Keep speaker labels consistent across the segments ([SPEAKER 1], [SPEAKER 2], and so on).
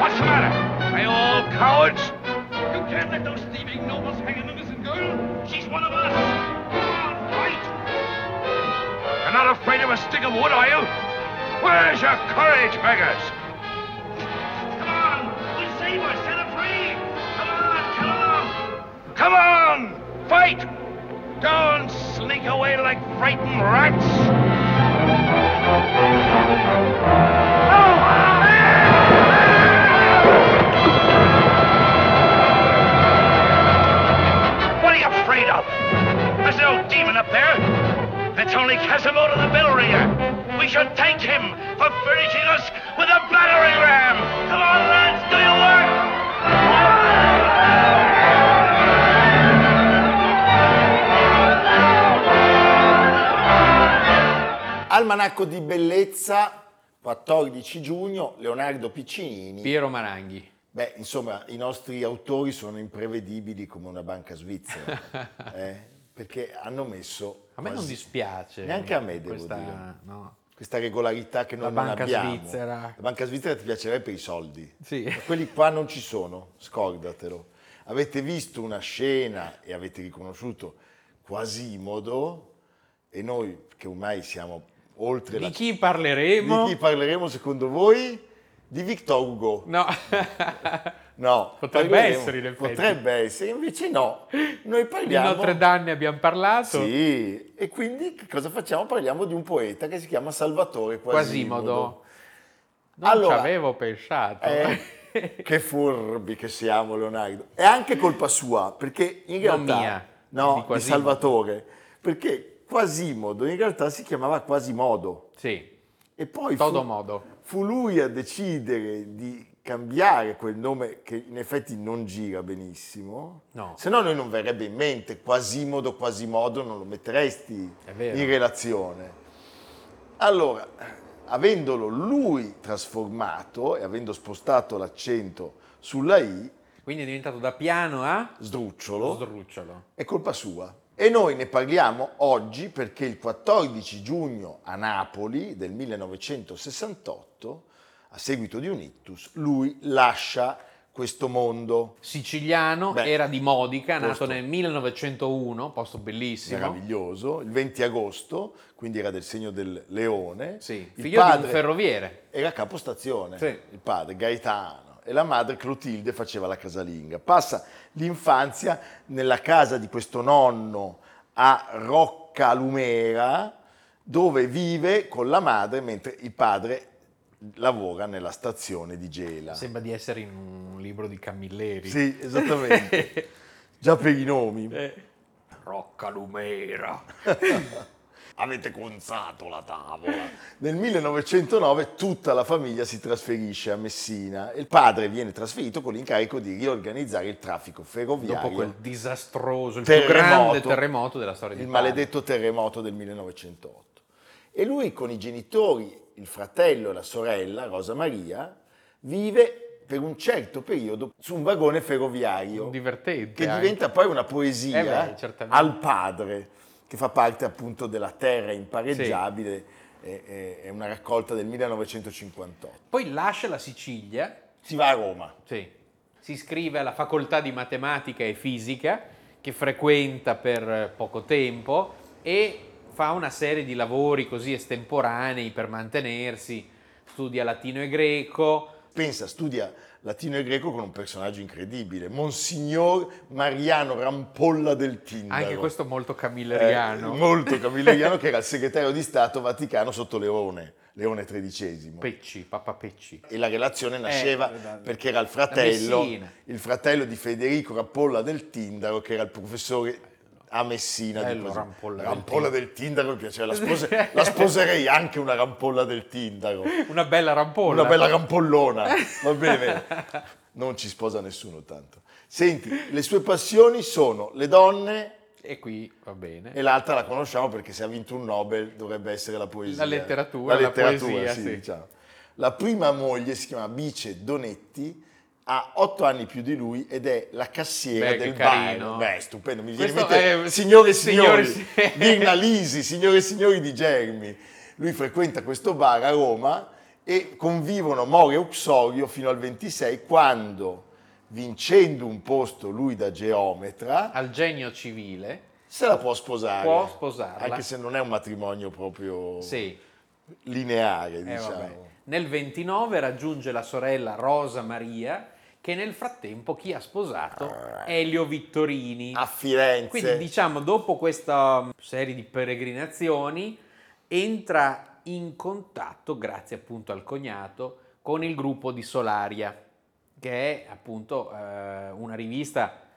[SPEAKER 1] What's the matter? Are you all cowards? You can't let those thieving nobles hang an innocent girl. She's one of us. Come on, fight. You're not afraid of a stick of wood, are you? Where's your courage, beggars? Come on, we'll save her. Set her free. Come on, come on. Come on, fight. Don't slink away like frightened rats. Oh, man! What are you afraid of? There's no demon up there. It's only Quasimodo the bell ringer. We should thank him for furnishing us with a battering ram. Come on, lads, do your work.
[SPEAKER 2] Almanacco di Bellezza, 14 giugno, Leonardo Piccinini.
[SPEAKER 3] Piero Maranghi.
[SPEAKER 2] Beh, insomma, i nostri autori sono imprevedibili come una banca svizzera, eh, perché hanno messo...
[SPEAKER 3] A me non
[SPEAKER 2] quasi
[SPEAKER 3] dispiace.
[SPEAKER 2] Neanche a me, devo
[SPEAKER 3] questa,
[SPEAKER 2] dire.
[SPEAKER 3] No.
[SPEAKER 2] Questa regolarità che noi
[SPEAKER 3] La
[SPEAKER 2] non
[SPEAKER 3] banca
[SPEAKER 2] abbiamo.
[SPEAKER 3] svizzera.
[SPEAKER 2] La banca svizzera ti piacerebbe per i soldi.
[SPEAKER 3] Sì.
[SPEAKER 2] Ma quelli qua non ci sono, scordatelo. Avete visto una scena e avete riconosciuto Quasimodo e noi che ormai siamo oltre la...
[SPEAKER 3] Di chi parleremo?
[SPEAKER 2] di chi parleremo secondo voi? Di Victor Hugo.
[SPEAKER 3] No.
[SPEAKER 2] No.
[SPEAKER 3] Potrebbe
[SPEAKER 2] parleremo-
[SPEAKER 3] essere, in effetti.
[SPEAKER 2] Potrebbe essere, invece no. Noi
[SPEAKER 3] Di
[SPEAKER 2] parliamo...
[SPEAKER 3] Notre Dame abbiamo parlato.
[SPEAKER 2] Sì, e quindi che cosa facciamo? Parliamo di un poeta che si chiama Salvatore
[SPEAKER 3] Quasimodo.
[SPEAKER 2] Quasimodo.
[SPEAKER 3] Non
[SPEAKER 2] Allora,
[SPEAKER 3] ci avevo pensato.
[SPEAKER 2] Eh, che furbi che siamo, Leonardo. È anche colpa sua, perché in
[SPEAKER 3] Non
[SPEAKER 2] realtà...
[SPEAKER 3] mia,
[SPEAKER 2] no,
[SPEAKER 3] di
[SPEAKER 2] di,
[SPEAKER 3] Quasimodo.
[SPEAKER 2] Salvatore. Perché Quasimodo in realtà si chiamava Quasimodo.
[SPEAKER 3] sì,
[SPEAKER 2] E poi fu,
[SPEAKER 3] todo modo.
[SPEAKER 2] fu lui a decidere di cambiare quel nome che in effetti non gira benissimo.
[SPEAKER 3] No.
[SPEAKER 2] Se no noi non verrebbe in mente Quasimodo, Quasimodo, non lo metteresti
[SPEAKER 3] È vero.
[SPEAKER 2] in relazione. Allora, avendolo lui trasformato e avendo spostato l'accento sulla I,
[SPEAKER 3] Quindi è diventato da piano a
[SPEAKER 2] sdrucciolo,
[SPEAKER 3] sdrucciolo.
[SPEAKER 2] è colpa sua. E noi ne parliamo oggi perché il 14 giugno a Napoli del 1968, a seguito di un ictus, lui lascia questo mondo
[SPEAKER 3] Siciliano,
[SPEAKER 2] Beh,
[SPEAKER 3] era di Modica,
[SPEAKER 2] posto-
[SPEAKER 3] nato nel 1901, posto bellissimo.
[SPEAKER 2] meraviglioso, il 20 agosto, quindi era del segno del leone.
[SPEAKER 3] Sì,
[SPEAKER 2] Il
[SPEAKER 3] figlio di un ferroviere.
[SPEAKER 2] Era capostazione,
[SPEAKER 3] Sì.
[SPEAKER 2] il padre Gaetano e la madre Clotilde faceva la casalinga. Passa l'infanzia nella casa di questo nonno a Rocca Lumera dove vive con la madre mentre il padre lavora nella stazione di Gela.
[SPEAKER 3] Sembra di essere in un libro di Camilleri.
[SPEAKER 2] Ah. Sì, esattamente. Già per i nomi.
[SPEAKER 3] Eh. Rocca Lumera.
[SPEAKER 2] Avete conzato la tavola. Nel 1909 tutta la famiglia si trasferisce a Messina e il padre viene trasferito con l'incarico di riorganizzare il traffico ferroviario.
[SPEAKER 3] Dopo quel disastroso, il più
[SPEAKER 2] Terremoto.
[SPEAKER 3] grande terremoto della storia
[SPEAKER 2] il
[SPEAKER 3] di
[SPEAKER 2] maledetto terremoto del 1908. E lui con i genitori, il fratello e la sorella, Rosa Maria, vive per un certo periodo su un vagone ferroviario
[SPEAKER 3] Divertente.
[SPEAKER 2] che
[SPEAKER 3] anche.
[SPEAKER 2] diventa poi una poesia
[SPEAKER 3] Eh beh, certamente.
[SPEAKER 2] al padre, che fa parte appunto della Terra impareggiabile, e- e- è, una raccolta del 1958.
[SPEAKER 3] Poi lascia la Sicilia,
[SPEAKER 2] Si va a Roma,
[SPEAKER 3] sì, si iscrive alla facoltà di matematica e fisica che frequenta per poco tempo e fa una serie di lavori così estemporanei per mantenersi, studia latino e greco,
[SPEAKER 2] pensa, studia latino e greco con un personaggio incredibile, Monsignor Mariano Rampolla del Tindaro.
[SPEAKER 3] anche questo molto
[SPEAKER 2] Eh,
[SPEAKER 3] camilleriano.
[SPEAKER 2] molto camilleriano, che era il segretario di Stato Vaticano sotto Leone. Leone XIII.
[SPEAKER 3] Pecci, Papa Pecci.
[SPEAKER 2] E la relazione nasceva
[SPEAKER 3] Eh, da-
[SPEAKER 2] perché era il
[SPEAKER 3] da
[SPEAKER 2] fratello,
[SPEAKER 3] Messina.
[SPEAKER 2] il fratello di Federico Rappolla del Tindaro, che era il professore a Messina.
[SPEAKER 3] Bello,
[SPEAKER 2] di Posi-
[SPEAKER 3] Rampolla del
[SPEAKER 2] Rampolla
[SPEAKER 3] Tindaro.
[SPEAKER 2] del Tindaro, mi piaceva, la, spose- la sposerei anche una Rampolla del Tindaro,
[SPEAKER 3] Una bella rampolla.
[SPEAKER 2] una bella rampollona, va bene, non ci sposa nessuno tanto. Senti, le sue passioni sono le donne
[SPEAKER 3] E qui va bene.
[SPEAKER 2] e l'altra la conosciamo perché se ha vinto un Nobel dovrebbe essere la poesia.
[SPEAKER 3] La letteratura, la poesia, sì.
[SPEAKER 2] diciamo. La prima moglie si chiama Bice Donetti, ha otto anni più di lui ed è la cassiera
[SPEAKER 3] Beh, che
[SPEAKER 2] del
[SPEAKER 3] carino.
[SPEAKER 2] bar. Beh, stupendo, mi viene in
[SPEAKER 3] Questo
[SPEAKER 2] mente
[SPEAKER 3] è-
[SPEAKER 2] signore e signori,
[SPEAKER 3] signori, sì.
[SPEAKER 2] Virna Lisi, signore e signori di Germi. Lui frequenta questo bar a Roma e convivono Mori e Uxorio fino al 26 quando, vincendo un posto lui da geometra,
[SPEAKER 3] Al genio civile,
[SPEAKER 2] se la può sposare.
[SPEAKER 3] Può sposarla.
[SPEAKER 2] Anche se non è un matrimonio proprio
[SPEAKER 3] sì,
[SPEAKER 2] lineare,
[SPEAKER 3] eh,
[SPEAKER 2] Oh, diciamo.
[SPEAKER 3] vabbè. nel 29 raggiunge la sorella Rosa Maria, che nel frattempo chi ha sposato
[SPEAKER 2] Ah.
[SPEAKER 3] Elio Vittorini.
[SPEAKER 2] A Firenze.
[SPEAKER 3] Quindi diciamo, dopo questa serie di peregrinazioni, entra in contatto, grazie appunto al cognato, con il gruppo di Solaria, che è appunto eh, una rivista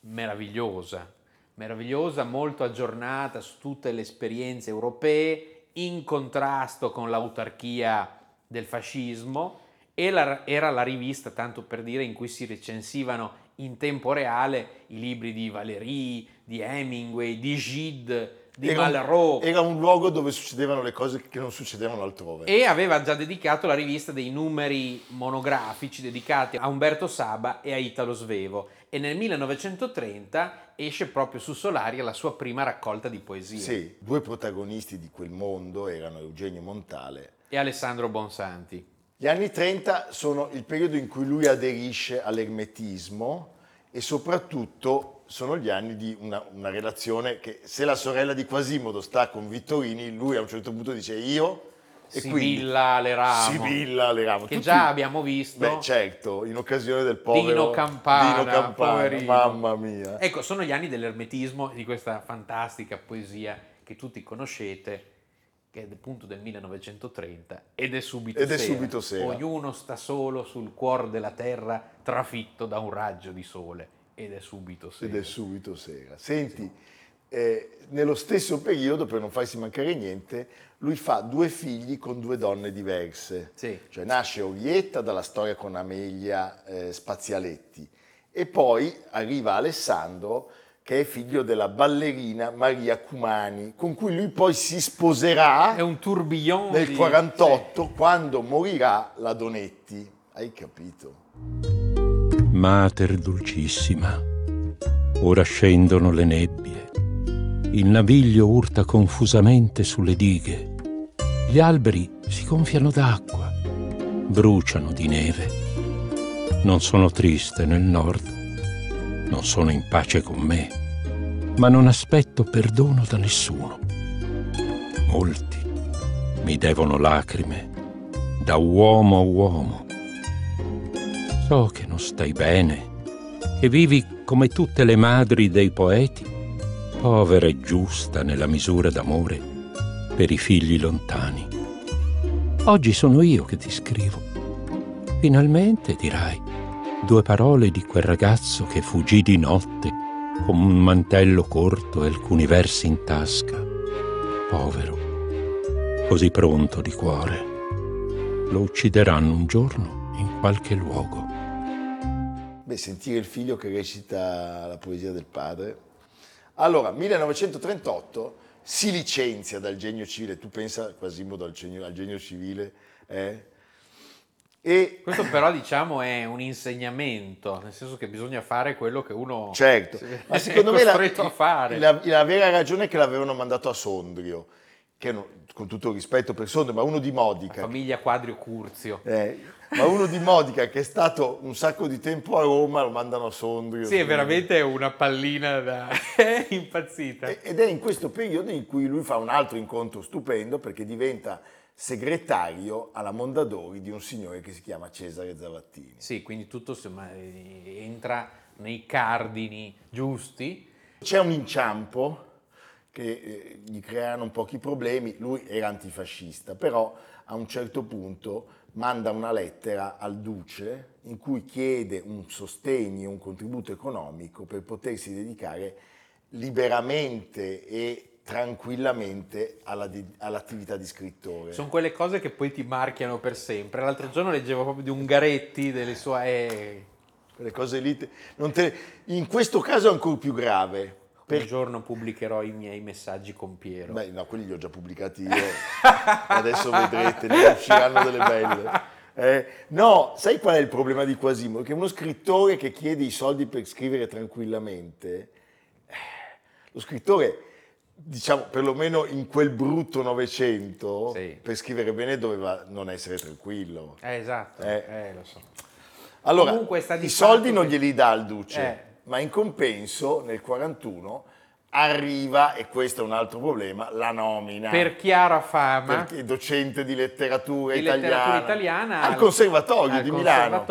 [SPEAKER 3] meravigliosa, meravigliosa, molto aggiornata su tutte le esperienze europee, in contrasto con l'autarchia del fascismo, e la- era la rivista, tanto per dire, in cui si recensivano in tempo reale i libri di Valéry, di Hemingway, di Gide, di
[SPEAKER 2] era,
[SPEAKER 3] Malraux.
[SPEAKER 2] un, era un luogo dove succedevano le cose che non succedevano altrove.
[SPEAKER 3] E aveva già dedicato la rivista dei numeri monografici dedicati a Umberto Saba e a Italo Svevo. E nel 1930 esce proprio su Solaria la sua prima raccolta di poesie.
[SPEAKER 2] Sì, due protagonisti di quel mondo erano Eugenio Montale.
[SPEAKER 3] E Alessandro Bonsanti.
[SPEAKER 2] Gli anni 30 sono il periodo in cui lui aderisce all'ermetismo e soprattutto sono gli anni di una, una relazione che se la sorella di Quasimodo sta con Vittorini, lui a un certo punto dice io e quindi
[SPEAKER 3] Sibilla Leramo.
[SPEAKER 2] Sibilla Leramo.
[SPEAKER 3] Che
[SPEAKER 2] Tutti-
[SPEAKER 3] già abbiamo visto.
[SPEAKER 2] Beh, certo, in occasione del povero
[SPEAKER 3] Dino Campana,
[SPEAKER 2] Dino Campana,
[SPEAKER 3] poverino.
[SPEAKER 2] mamma mia.
[SPEAKER 3] Ecco, sono gli anni dell'ermetismo e di questa fantastica poesia che tutti conoscete, che è appunto del 1930 ed è subito
[SPEAKER 2] Ed è
[SPEAKER 3] sera.
[SPEAKER 2] subito sera.
[SPEAKER 3] Ognuno sta solo sul cuor della terra trafitto da un raggio di sole ed è subito sera.
[SPEAKER 2] Ed è subito sera. Senti, eh, nello stesso periodo, per non farsi mancare niente, lui fa due figli con due donne diverse.
[SPEAKER 3] Sì.
[SPEAKER 2] Cioè nasce Orietta dalla storia con Amelia eh, Spazialetti e poi arriva Alessandro che è figlio della ballerina Maria Cumani, con cui lui poi si sposerà.
[SPEAKER 3] È un tourbillon
[SPEAKER 2] nel
[SPEAKER 3] di-
[SPEAKER 2] 48 quando morirà la Donetti. Hai capito?
[SPEAKER 4] Mater dolcissima, ora scendono le nebbie. Il naviglio urta confusamente sulle dighe. Gli alberi si gonfiano d'acqua, bruciano di neve. Non sono triste nel nord, non sono in pace con me, ma non aspetto perdono da nessuno. Molti mi devono lacrime, da uomo a uomo. So che non stai bene, che vivi come tutte le madri dei poeti, povera e giusta nella misura d'amore per i figli lontani. Oggi sono io che ti scrivo. Finalmente, dirai, due parole di quel ragazzo che fuggì di notte con un mantello corto e alcuni versi in tasca. Povero, così pronto di cuore. Lo uccideranno un giorno in qualche luogo.
[SPEAKER 2] Beh, sentire il figlio che recita la poesia del padre. Allora, 1938 si licenzia dal genio civile, tu pensa Quasimodo al genio, al genio civile, eh? E
[SPEAKER 3] Questo però diciamo è un insegnamento, nel senso che bisogna fare quello che uno
[SPEAKER 2] certo, ma secondo
[SPEAKER 3] è
[SPEAKER 2] me la,
[SPEAKER 3] costretto a fare.
[SPEAKER 2] la- la vera ragione è che l'avevano mandato a Sondrio, che non- con tutto il rispetto per Sondrio, ma uno di
[SPEAKER 3] La
[SPEAKER 2] Modica,
[SPEAKER 3] famiglia Quadrio Curzio.
[SPEAKER 2] Eh, ma uno di Modica che è stato un sacco di tempo a Roma lo mandano a Sondrio.
[SPEAKER 3] Sì, è veramente una pallina da impazzita.
[SPEAKER 2] E- Ed è in questo periodo in cui lui fa un altro incontro stupendo perché diventa segretario alla Mondadori di un signore che si chiama Cesare Zavattini.
[SPEAKER 3] Sì, quindi tutto insomma, eh, entra nei cardini giusti.
[SPEAKER 2] C'è un inciampo che eh, gli crearono pochi problemi, lui era antifascista, però a un certo punto manda una lettera al duce in cui chiede un sostegno, un contributo economico per potersi dedicare liberamente e tranquillamente alla di- all'attività di scrittore.
[SPEAKER 3] Sono quelle cose che poi ti marchiano per sempre. L'altro giorno leggevo proprio di Ungaretti, delle sue... eh,
[SPEAKER 2] Quelle cose lì, te- non te- in questo caso è ancora più grave.
[SPEAKER 3] Un
[SPEAKER 2] perché-
[SPEAKER 3] giorno pubblicherò i miei messaggi con Piero.
[SPEAKER 2] Beh, no, quelli li ho già pubblicati io. Adesso vedrete, ne usciranno delle belle. Eh, no, sai qual è il problema di Quasimodo? Che uno scrittore che chiede i soldi per scrivere tranquillamente, eh, lo scrittore, diciamo, perlomeno in quel brutto Novecento,
[SPEAKER 3] Sì.
[SPEAKER 2] per scrivere bene doveva non essere tranquillo.
[SPEAKER 3] Eh, esatto,
[SPEAKER 2] Eh.
[SPEAKER 3] eh, lo so.
[SPEAKER 2] Allora,
[SPEAKER 3] Comunque sta di
[SPEAKER 2] i soldi
[SPEAKER 3] fatto
[SPEAKER 2] non
[SPEAKER 3] che-
[SPEAKER 2] glieli dà il Duce,
[SPEAKER 3] Eh.
[SPEAKER 2] ma in compenso nel 41 arriva, e questo è un altro problema, la nomina.
[SPEAKER 3] Per Chiara Fama,
[SPEAKER 2] Perché è docente di letteratura
[SPEAKER 3] di
[SPEAKER 2] italiana,
[SPEAKER 3] letteratura italiana,
[SPEAKER 2] al conservatorio
[SPEAKER 3] al
[SPEAKER 2] di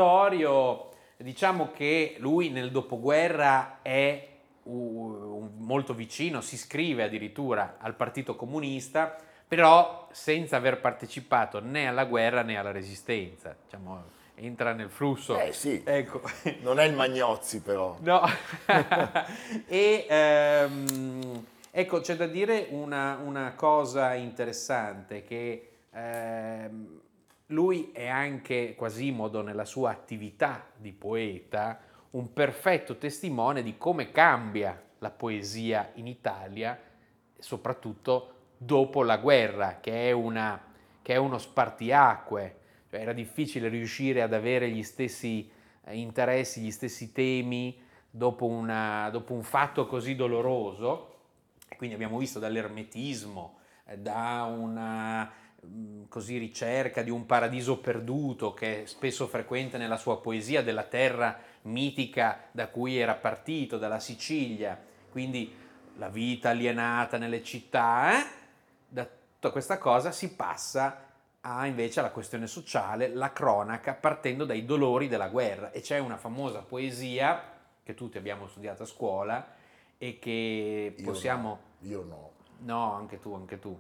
[SPEAKER 3] conservatorio. Diciamo che lui nel dopoguerra è uh, molto vicino, si iscrive addirittura al Partito Comunista, però senza aver partecipato né alla guerra né alla resistenza. Diciamo, entra nel flusso.
[SPEAKER 2] Milano. Eh sì,
[SPEAKER 3] Ecco.
[SPEAKER 2] non è il Magnozzi però.
[SPEAKER 3] No, e ehm, ecco c'è da dire una, una cosa interessante che ehm, lui è anche Quasimodo nella sua attività di poeta un perfetto testimone di come cambia la poesia in Italia, soprattutto dopo la guerra, che è, una- che è uno spartiacque. Cioè, era difficile riuscire ad avere gli stessi eh, interessi, gli stessi temi dopo, una- dopo un fatto così doloroso. E Quindi abbiamo visto dall'ermetismo, eh, da una mh, così ricerca di un paradiso perduto che è spesso frequente nella sua poesia della terra mitica da cui era partito, dalla Sicilia, quindi la vita alienata nelle città, eh? da tutta questa cosa si passa a invece alla questione sociale, la cronaca, partendo dai dolori della guerra. E c'è una famosa poesia che tutti abbiamo studiato a scuola e che
[SPEAKER 2] Io no.
[SPEAKER 3] possiamo...
[SPEAKER 2] Io no.
[SPEAKER 3] No, anche tu, anche tu.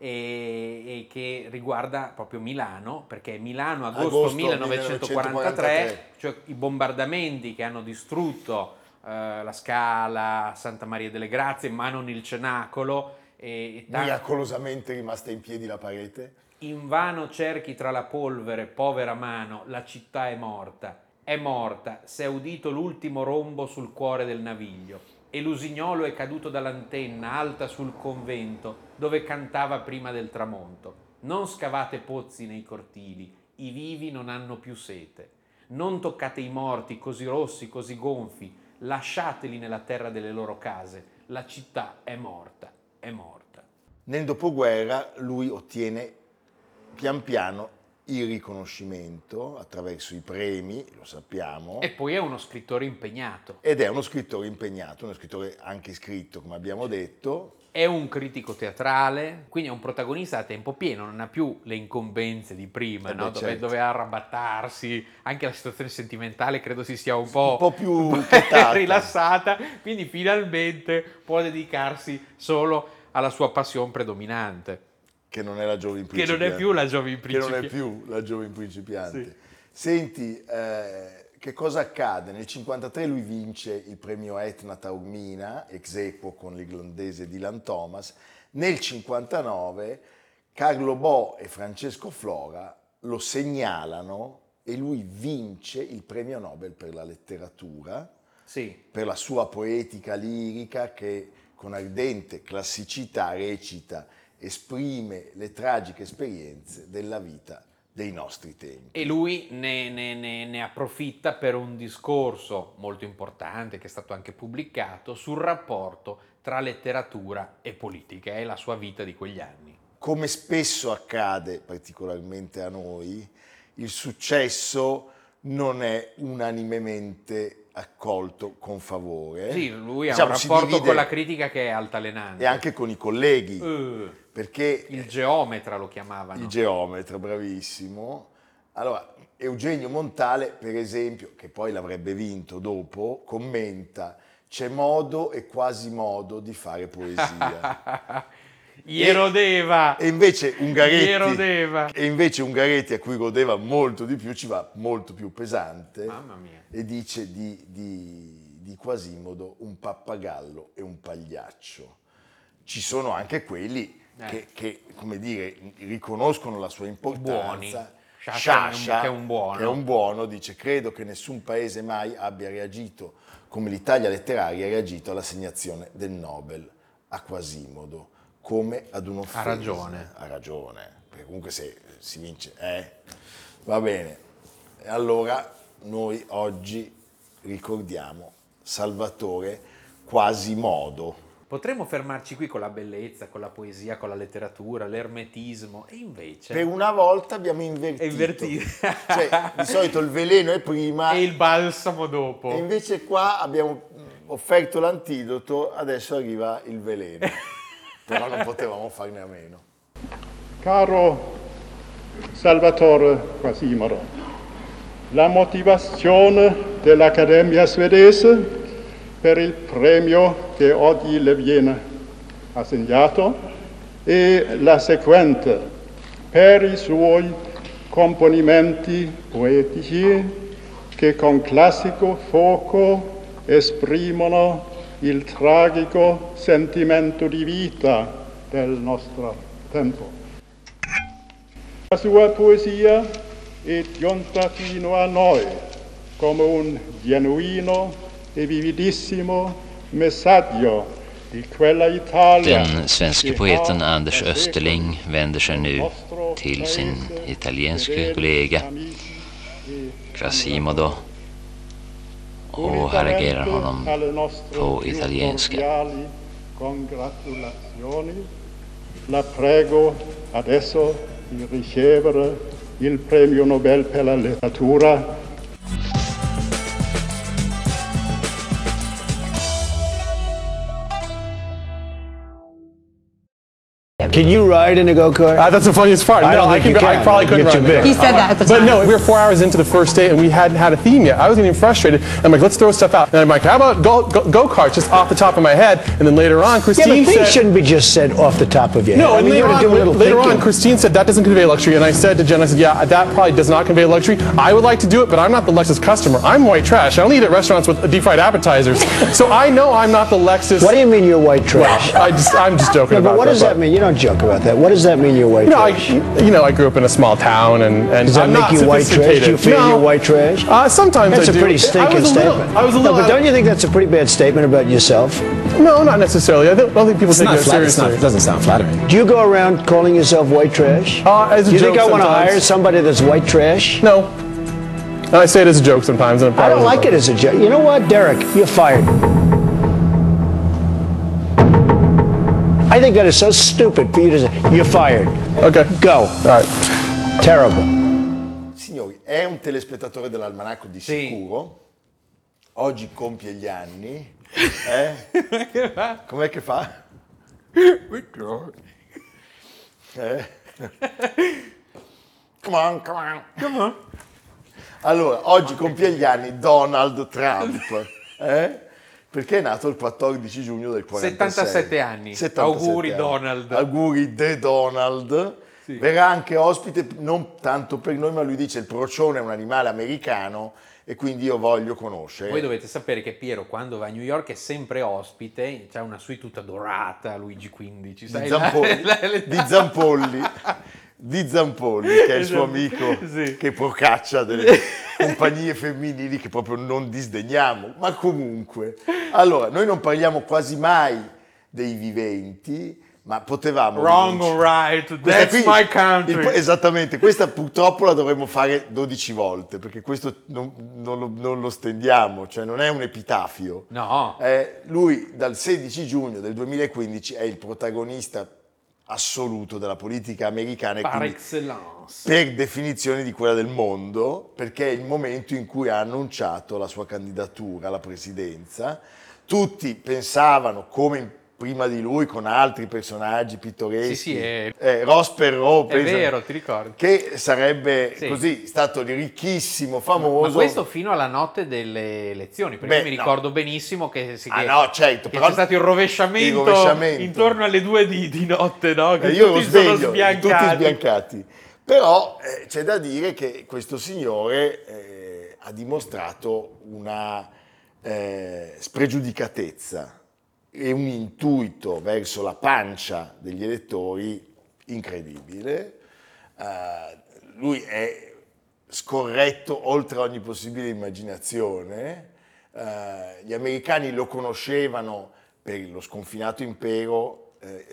[SPEAKER 3] E, e che riguarda proprio Milano, perché Milano, agosto,
[SPEAKER 2] Agosto
[SPEAKER 3] 1943,
[SPEAKER 2] 1943.
[SPEAKER 3] cioè i bombardamenti che hanno distrutto eh, la Scala, Santa Maria delle Grazie, ma non il Cenacolo. E, e tan-
[SPEAKER 2] Miracolosamente è rimasta in piedi la parete.
[SPEAKER 3] Invano cerchi tra la polvere, povera mano, la città è morta. È morta, s'è udito l'ultimo rombo sul cuore del naviglio. E l'usignolo è caduto dall'antenna alta sul convento, dove cantava prima del tramonto. Non scavate pozzi nei cortili, i vivi non hanno più sete. Non toccate i morti così rossi, così gonfi, lasciateli nella terra delle loro case. La città è morta, è morta.
[SPEAKER 2] Nel dopoguerra lui ottiene pian piano il riconoscimento attraverso i premi, lo sappiamo.
[SPEAKER 3] E poi è uno scrittore impegnato.
[SPEAKER 2] Ed è uno scrittore impegnato, uno scrittore anche iscritto, come abbiamo detto.
[SPEAKER 3] È un critico teatrale, quindi è un protagonista a tempo pieno, non ha più le incombenze di prima,
[SPEAKER 2] Eh beh,
[SPEAKER 3] no? dove,
[SPEAKER 2] certo.
[SPEAKER 3] dove arrabattarsi, anche la situazione sentimentale credo si sia un po',
[SPEAKER 2] Un po' più pietata.
[SPEAKER 3] rilassata, quindi finalmente può dedicarsi solo alla sua passione predominante,
[SPEAKER 2] Che non è la giovane
[SPEAKER 3] che
[SPEAKER 2] principiante.
[SPEAKER 3] non è più la giovane
[SPEAKER 2] Che non è
[SPEAKER 3] principessa.
[SPEAKER 2] più la giovane principiante.
[SPEAKER 3] Sì.
[SPEAKER 2] Senti, eh, che cosa accade? Nel 1953 lui vince il premio Etna Taormina, ex equo con l'irlandese Dylan Thomas. Nel 59 Carlo Bo e Francesco Flora lo segnalano e lui vince il premio Nobel per la letteratura.
[SPEAKER 3] Sì,
[SPEAKER 2] per la sua poetica lirica che con ardente classicità recita, esprime le tragiche esperienze della vita dei nostri tempi.
[SPEAKER 3] E lui ne, ne- ne- ne approfitta per un discorso molto importante che è stato anche pubblicato sul rapporto tra letteratura e politica e la sua vita di quegli anni.
[SPEAKER 2] Come spesso accade, particolarmente a noi, il successo non è unanimemente accolto con favore.
[SPEAKER 3] Sì, lui
[SPEAKER 2] Diciamo,
[SPEAKER 3] ha un
[SPEAKER 2] si
[SPEAKER 3] rapporto
[SPEAKER 2] divide
[SPEAKER 3] con la critica che è altalenante.
[SPEAKER 2] E anche con i colleghi,
[SPEAKER 3] Eh,
[SPEAKER 2] perché
[SPEAKER 3] il geometra lo chiamavano.
[SPEAKER 2] Il geometra, bravissimo. Allora, Eugenio Montale, per esempio, che poi l'avrebbe vinto dopo, commenta C'è modo e quasi modo di fare poesia.
[SPEAKER 3] Ierodeva!
[SPEAKER 2] E invece Ungaretti,
[SPEAKER 3] Ierodeva.
[SPEAKER 2] e invece Ungaretti, a cui godeva molto di più, ci va molto più pesante
[SPEAKER 3] Mamma mia.
[SPEAKER 2] e dice di, di- di Quasimodo un pappagallo e un pagliaccio. Ci sono anche quelli
[SPEAKER 3] Eh.
[SPEAKER 2] che, che, come dire, riconoscono la sua
[SPEAKER 3] Buoni.
[SPEAKER 2] importanza.
[SPEAKER 3] Sciascia, che è un buono.
[SPEAKER 2] che è un buono, dice credo che nessun paese mai abbia reagito come l'Italia letteraria ha reagito all'assegnazione del Nobel a Quasimodo, come ad un'offesa.
[SPEAKER 3] Ha ragione.
[SPEAKER 2] Ha ragione, perché comunque se si vince, eh. Va bene, e allora noi oggi ricordiamo Salvatore Quasimodo.
[SPEAKER 3] Potremmo fermarci qui con la bellezza, con la poesia, con la letteratura, l'ermetismo, e invece...
[SPEAKER 2] Per una volta abbiamo invertito.
[SPEAKER 3] È Cioè, invertito.
[SPEAKER 2] cioè, di solito il veleno è prima
[SPEAKER 3] E il balsamo dopo.
[SPEAKER 2] E invece qua abbiamo offerto l'antidoto, adesso arriva il veleno. Però non potevamo farne a meno.
[SPEAKER 5] Caro Salvatore Quasimodo, la motivazione dell'Accademia svedese per il premio che oggi le viene assegnato è la seguente. Per i suoi componimenti poetici che con classico fuoco esprimono il tragico sentimento di vita del nostro tempo. La sua poesia è giunta fino a noi come un genuino e vividissimo messaggio di quella Italia.
[SPEAKER 6] Den svenske poeten Anders Österling vänder sig nu till sin
[SPEAKER 5] e
[SPEAKER 6] italienske kollega Quasimodo och här agerar honom på italienska.
[SPEAKER 5] Congratulazioni. La prego adesso di ricevere il premio Nobel per la letteratura
[SPEAKER 7] Can you ride in a go kart?
[SPEAKER 8] Uh, that's the funniest part.
[SPEAKER 7] I
[SPEAKER 8] no,
[SPEAKER 7] don't
[SPEAKER 8] I,
[SPEAKER 7] think
[SPEAKER 8] could-
[SPEAKER 7] you
[SPEAKER 8] I
[SPEAKER 7] can.
[SPEAKER 8] probably
[SPEAKER 7] You
[SPEAKER 8] couldn't
[SPEAKER 7] get
[SPEAKER 8] run
[SPEAKER 7] too
[SPEAKER 8] it.
[SPEAKER 7] big. He
[SPEAKER 9] said that at the
[SPEAKER 8] But no,
[SPEAKER 9] time.
[SPEAKER 8] we were four hours into the first date and we hadn't had a theme yet. I was getting frustrated. I'm like, let's throw stuff out. And I'm like, how about go go karts just off the top of my head? And then later on,
[SPEAKER 7] yeah,
[SPEAKER 8] Christine
[SPEAKER 7] but things
[SPEAKER 8] said.
[SPEAKER 7] shouldn't be just said off the top of your head.
[SPEAKER 8] No,
[SPEAKER 7] I
[SPEAKER 8] and
[SPEAKER 7] mean, you
[SPEAKER 8] later,
[SPEAKER 7] ought to do a little
[SPEAKER 8] on, later on,
[SPEAKER 7] thinking.
[SPEAKER 8] Christine said that doesn't convey luxury, and I said to Jen, I said, yeah, that probably does not convey luxury. I would like to do it, but I'm not the Lexus customer. I'm white trash. I only eat at restaurants with deep fried appetizers, so I know I'm not the Lexus.
[SPEAKER 7] what do you mean you're white trash?
[SPEAKER 8] I just, I'm just joking
[SPEAKER 7] no,
[SPEAKER 8] about
[SPEAKER 7] but what
[SPEAKER 8] that,
[SPEAKER 7] does that mean? You don't joke about that. What does that mean you're white
[SPEAKER 8] You know, I,
[SPEAKER 7] trash?
[SPEAKER 8] you know, I grew up in a small town, and and
[SPEAKER 7] does that
[SPEAKER 8] I'm
[SPEAKER 7] make
[SPEAKER 8] not
[SPEAKER 7] you white trash?
[SPEAKER 8] sophisticated.
[SPEAKER 7] Do you feel
[SPEAKER 8] no.
[SPEAKER 7] you're white trash?
[SPEAKER 8] Uh, sometimes
[SPEAKER 7] that's
[SPEAKER 8] I
[SPEAKER 7] a
[SPEAKER 8] do.
[SPEAKER 7] pretty stinking
[SPEAKER 8] I was a little,
[SPEAKER 7] statement.
[SPEAKER 8] I was a
[SPEAKER 7] no,
[SPEAKER 8] little.
[SPEAKER 7] but don't you think that's a pretty bad statement about yourself?
[SPEAKER 8] no, not necessarily. I don't, I don't think people take that seriously.
[SPEAKER 10] doesn't sound flattering.
[SPEAKER 7] Do you go around calling yourself white trash?
[SPEAKER 8] Uh, as a
[SPEAKER 7] do you
[SPEAKER 8] joke
[SPEAKER 7] think I want to
[SPEAKER 8] sometimes.
[SPEAKER 7] hire somebody that's white trash?
[SPEAKER 8] No. And I say it as a joke sometimes, and it
[SPEAKER 7] I
[SPEAKER 8] probably
[SPEAKER 7] don't like it as a joke. You know what, Derek? You're fired. I think that is so stupid for you to say, you're fired.
[SPEAKER 8] Okay.
[SPEAKER 7] Go.
[SPEAKER 8] All right.
[SPEAKER 7] Terrible.
[SPEAKER 2] Signori, è un telespettatore dell'almanacco di
[SPEAKER 3] Sì.
[SPEAKER 2] sicuro. Oggi compie gli anni. Eh? Com'è che fa? Eh? Come on, come on. Allora, oggi compie gli anni Donald Trump. Eh? Perché è nato il 14 giugno del 46.
[SPEAKER 3] 77 anni.
[SPEAKER 2] 77
[SPEAKER 3] Auguri,
[SPEAKER 2] anni.
[SPEAKER 3] Donald.
[SPEAKER 2] Auguri The Donald. Verrà anche ospite, non tanto per noi, ma lui dice il procione è un animale americano e quindi io voglio conoscere.
[SPEAKER 3] Voi dovete sapere che Piero quando va a New York è sempre ospite, c'ha una sua tuta dorata, Luigi XV,
[SPEAKER 2] di,
[SPEAKER 3] sai?
[SPEAKER 2] Zampolli,
[SPEAKER 3] la- la-
[SPEAKER 2] di Zampolli, di Zampolli, che è il suo amico
[SPEAKER 3] Esatto. Sì.
[SPEAKER 2] che procaccia delle compagnie femminili che proprio non disdegniamo. Ma comunque, allora, noi non parliamo quasi mai dei viventi, ma potevamo...
[SPEAKER 3] Wrong
[SPEAKER 2] rinunciare.
[SPEAKER 3] or right,
[SPEAKER 2] Questa
[SPEAKER 3] that's
[SPEAKER 2] qui-
[SPEAKER 3] my country.
[SPEAKER 2] il- esatto, esattamente, questa purtroppo la dovremmo fare 12 volte, perché questo non, non lo, non lo stendiamo, cioè non è un epitafio.
[SPEAKER 3] No.
[SPEAKER 2] Eh, lui dal 16 giugno del 2015 è il protagonista assoluto della politica americana e
[SPEAKER 3] Par
[SPEAKER 2] quindi
[SPEAKER 3] excellence.
[SPEAKER 2] per definizione di quella del mondo, perché è il momento in cui ha annunciato la sua candidatura alla presidenza. Tutti pensavano, come in prima di lui con altri personaggi pittoreschi.
[SPEAKER 3] Sì, sì, è-
[SPEAKER 2] Eh, Ross Perot,
[SPEAKER 3] È vero, ti ricordi?
[SPEAKER 2] Che sarebbe
[SPEAKER 3] Sì.
[SPEAKER 2] così stato di ricchissimo,
[SPEAKER 3] Ma
[SPEAKER 2] famoso.
[SPEAKER 3] questo fino alla notte delle elezioni, perché
[SPEAKER 2] Beh,
[SPEAKER 3] io mi
[SPEAKER 2] no.
[SPEAKER 3] ricordo benissimo che, si-
[SPEAKER 2] Ah
[SPEAKER 3] che-
[SPEAKER 2] no, certo,
[SPEAKER 3] che
[SPEAKER 2] però
[SPEAKER 3] c'è stato il rovesciamento,
[SPEAKER 2] il rovesciamento.
[SPEAKER 3] intorno alle due di, di notte, no? Che
[SPEAKER 2] Eh, io ero
[SPEAKER 3] tutti sono
[SPEAKER 2] sveglio, tutti
[SPEAKER 3] sbiancati.
[SPEAKER 2] sbiancati. Però eh, c'è da dire che questo signore eh, ha dimostrato una eh, spregiudicatezza e un intuito verso la pancia degli elettori incredibile. Eh, lui è scorretto oltre ogni possibile immaginazione. Eh, gli americani lo conoscevano per lo sconfinato impero eh,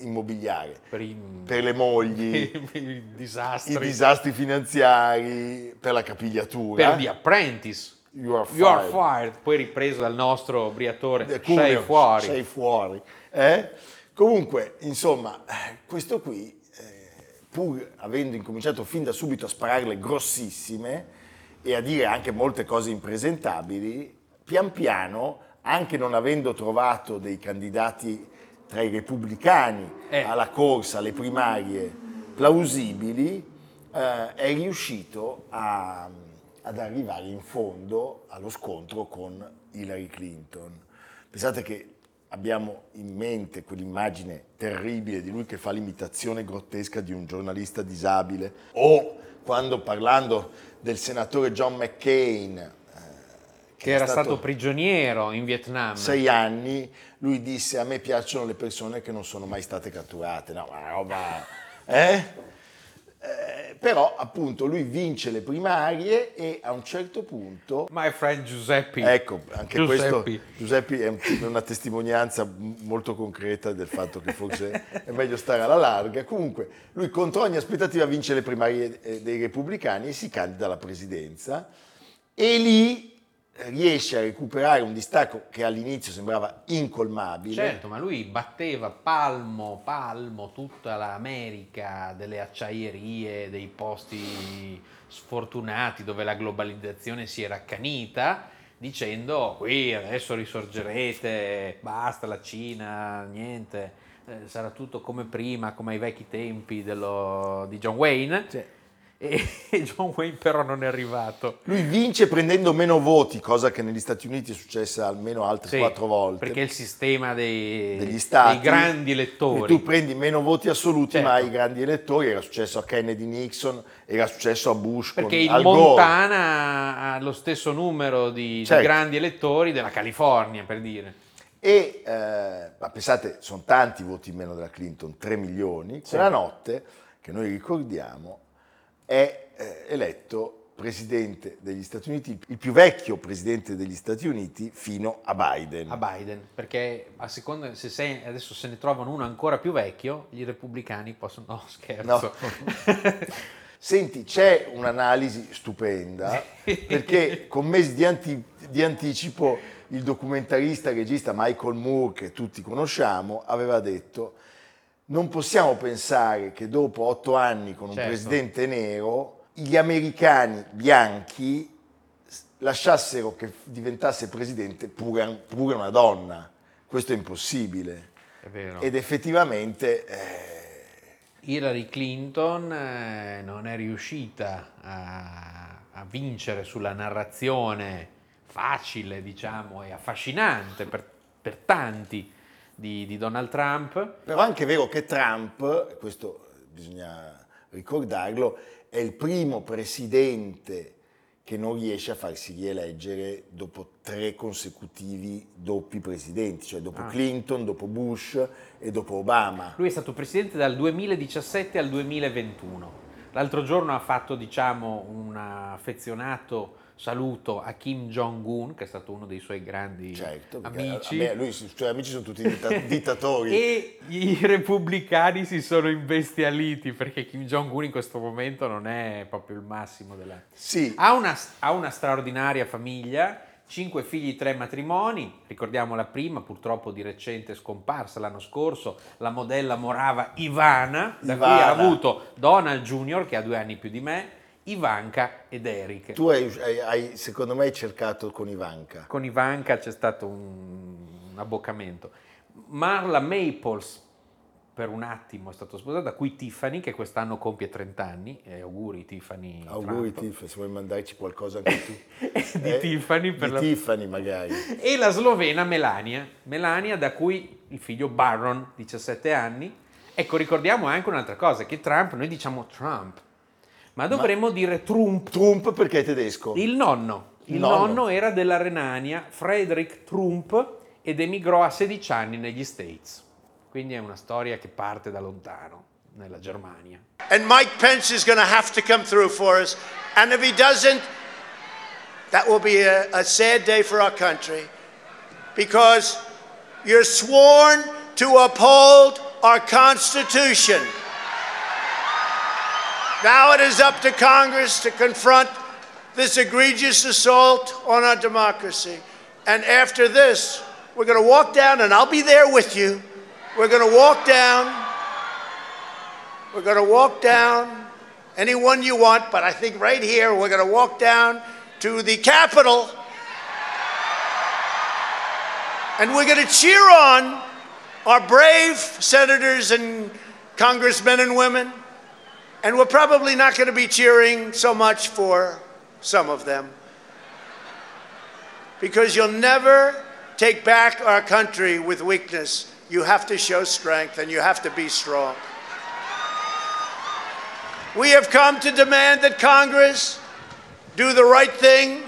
[SPEAKER 2] immobiliare,
[SPEAKER 3] Per i-
[SPEAKER 2] per le mogli,
[SPEAKER 3] i
[SPEAKER 2] i
[SPEAKER 3] disastri.
[SPEAKER 2] disastri finanziari, per la capigliatura.
[SPEAKER 3] per The Apprentice.
[SPEAKER 2] You are
[SPEAKER 3] You are
[SPEAKER 2] fired.
[SPEAKER 3] fired. Poi ripreso dal nostro
[SPEAKER 2] Eh,
[SPEAKER 3] briatore.
[SPEAKER 2] Cuneo,
[SPEAKER 3] Sei fuori.
[SPEAKER 2] Sei fuori. eh? Comunque, insomma, eh, questo qui, eh, pur avendo incominciato fin da subito a spararle grossissime e a dire anche molte cose impresentabili, pian piano, anche non avendo trovato dei candidati tra i repubblicani
[SPEAKER 3] Eh.
[SPEAKER 2] alla corsa, alle primarie plausibili, eh, è riuscito a- ad arrivare in fondo allo scontro con Hillary Clinton. Pensate che abbiamo in mente quell'immagine terribile di lui che fa l'imitazione grottesca di un giornalista disabile o quando parlando del senatore John McCain eh,
[SPEAKER 3] Che
[SPEAKER 2] è
[SPEAKER 3] era stato, prigioniero in Vietnam.
[SPEAKER 2] sei anni, lui disse a me piacciono le persone che non sono mai state catturate. No, ma roba... Eh? Eh, però appunto lui vince le primarie e a un certo punto...
[SPEAKER 3] My friend Giuseppe.
[SPEAKER 2] Ecco, anche
[SPEAKER 3] Giuseppe.
[SPEAKER 2] questo Giuseppe è un- una testimonianza m- molto concreta del fatto che forse è meglio stare alla larga. Comunque, lui contro ogni aspettativa vince le primarie eh, dei repubblicani e si candida alla presidenza e lì riesce a recuperare un distacco che all'inizio sembrava incolmabile.
[SPEAKER 3] Certo, ma lui batteva palmo palmo tutta l'America delle acciaierie, dei posti sfortunati dove la globalizzazione si era accanita, dicendo qui adesso risorgerete, basta la Cina, niente, eh, sarà tutto come prima, come ai vecchi tempi dello- di John Wayne.
[SPEAKER 2] Sì.
[SPEAKER 3] E, e John Wayne però non è arrivato.
[SPEAKER 2] Lui vince prendendo meno voti, cosa che negli Stati Uniti è successa almeno altre
[SPEAKER 3] Sì,
[SPEAKER 2] quattro volte.
[SPEAKER 3] Perché il sistema dei,
[SPEAKER 2] degli stati,
[SPEAKER 3] dei grandi
[SPEAKER 2] e
[SPEAKER 3] elettori.
[SPEAKER 2] Tu prendi meno voti assoluti,
[SPEAKER 3] Certo.
[SPEAKER 2] ma i grandi elettori era successo a Kennedy Nixon, era successo a Bush
[SPEAKER 3] Perché
[SPEAKER 2] con
[SPEAKER 3] il
[SPEAKER 2] Al Gore.
[SPEAKER 3] Montana ha lo stesso numero di, di
[SPEAKER 2] Certo.
[SPEAKER 3] grandi elettori della California, per dire.
[SPEAKER 2] E eh, ma pensate, sono tanti i voti in meno della Clinton, 3 milioni. Quella notte, che noi ricordiamo, è eh, eletto presidente degli Stati Uniti, il più vecchio presidente degli Stati Uniti fino a Biden.
[SPEAKER 3] A Biden, perché a seconda se sei- adesso se ne trovano uno ancora più vecchio, i repubblicani possono. No, scherzo.
[SPEAKER 2] Senti, c'è un'analisi stupenda perché con mesi di, anti- di anticipo il documentarista regista Michael Moore, che tutti conosciamo, aveva detto non possiamo pensare che dopo otto anni con un
[SPEAKER 3] Certo.
[SPEAKER 2] presidente nero gli americani bianchi s- lasciassero che diventasse presidente pure, pure una donna. Questo è impossibile.
[SPEAKER 3] È vero.
[SPEAKER 2] Ed effettivamente... eh,
[SPEAKER 3] Hillary Clinton eh, non è riuscita a, a vincere sulla narrazione facile, diciamo, e affascinante per, per tanti di- di Donald Trump.
[SPEAKER 2] Però è anche vero che Trump, questo bisogna ricordarlo, è il primo presidente che non riesce a farsi rieleggere dopo tre consecutivi doppi presidenti, cioè dopo
[SPEAKER 3] Ah.
[SPEAKER 2] Clinton, dopo Bush e dopo Obama.
[SPEAKER 3] Lui è stato presidente dal 2017 al 2021. L'altro giorno ha fatto, diciamo, un affezionato saluto a Kim Jong-un, che è stato uno dei suoi grandi
[SPEAKER 2] Certo, perché
[SPEAKER 3] amici.
[SPEAKER 2] a me- lui, i suoi amici sono tutti ditta- dittatori.
[SPEAKER 3] e i repubblicani si sono imbestialiti perché Kim Jong-un in questo momento non è proprio il massimo della...
[SPEAKER 2] Sì,
[SPEAKER 3] Ha una, ha una straordinaria famiglia, cinque figli, tre matrimoni. Ricordiamo la prima, purtroppo di recente scomparsa l'anno scorso, la modella morava Ivana, da cui ha
[SPEAKER 2] Ivana.
[SPEAKER 3] avuto Donald Jr., che ha due anni più di me, Ivanka ed Eric.
[SPEAKER 2] tu hai, hai- hai, secondo me hai cercato con Ivanka.
[SPEAKER 3] Con Ivanka c'è stato un, un abboccamento. Marla Maples per un attimo è stato sposato, da cui Tiffany che quest'anno compie 30 anni, eh, auguri Tiffany.
[SPEAKER 2] Auguri
[SPEAKER 3] Trump.
[SPEAKER 2] Tiff, se vuoi mandarci qualcosa anche tu.
[SPEAKER 3] Di
[SPEAKER 2] Eh,
[SPEAKER 3] Tiffany per
[SPEAKER 2] di
[SPEAKER 3] la-
[SPEAKER 2] Tiffany magari.
[SPEAKER 3] E la slovena Melania, Melania da cui il figlio Barron, 17 anni. Ecco, ricordiamo anche un'altra cosa, che Trump, noi diciamo Trump, ma dovremmo dire Trump,
[SPEAKER 2] Trump perché è tedesco.
[SPEAKER 3] il nonno.
[SPEAKER 2] Il
[SPEAKER 3] Il
[SPEAKER 2] nonno.
[SPEAKER 3] nonno. era della Renania, Frederick Trump, ed emigrò a 16 anni negli States. Quindi è una storia che parte da lontano, nella Germania.
[SPEAKER 9] And Mike Pence is going to have to come through for us. And if he doesn't, that will be a, a sad day for our country because you're sworn to uphold our Constitution. Now it is up to Congress to confront this egregious assault on our democracy. And after this, we're going to walk down, and I'll be there with you. We're going to walk down. We're going to walk down anyone you want, but I think right here we're going to walk down to the Capitol. And we're going to cheer on our brave senators and congressmen and women. And we're probably not going to be cheering so much for some of them. Because you'll never take back our country with weakness. You have to show strength and you have to be strong. We have come to demand that Congress do the right thing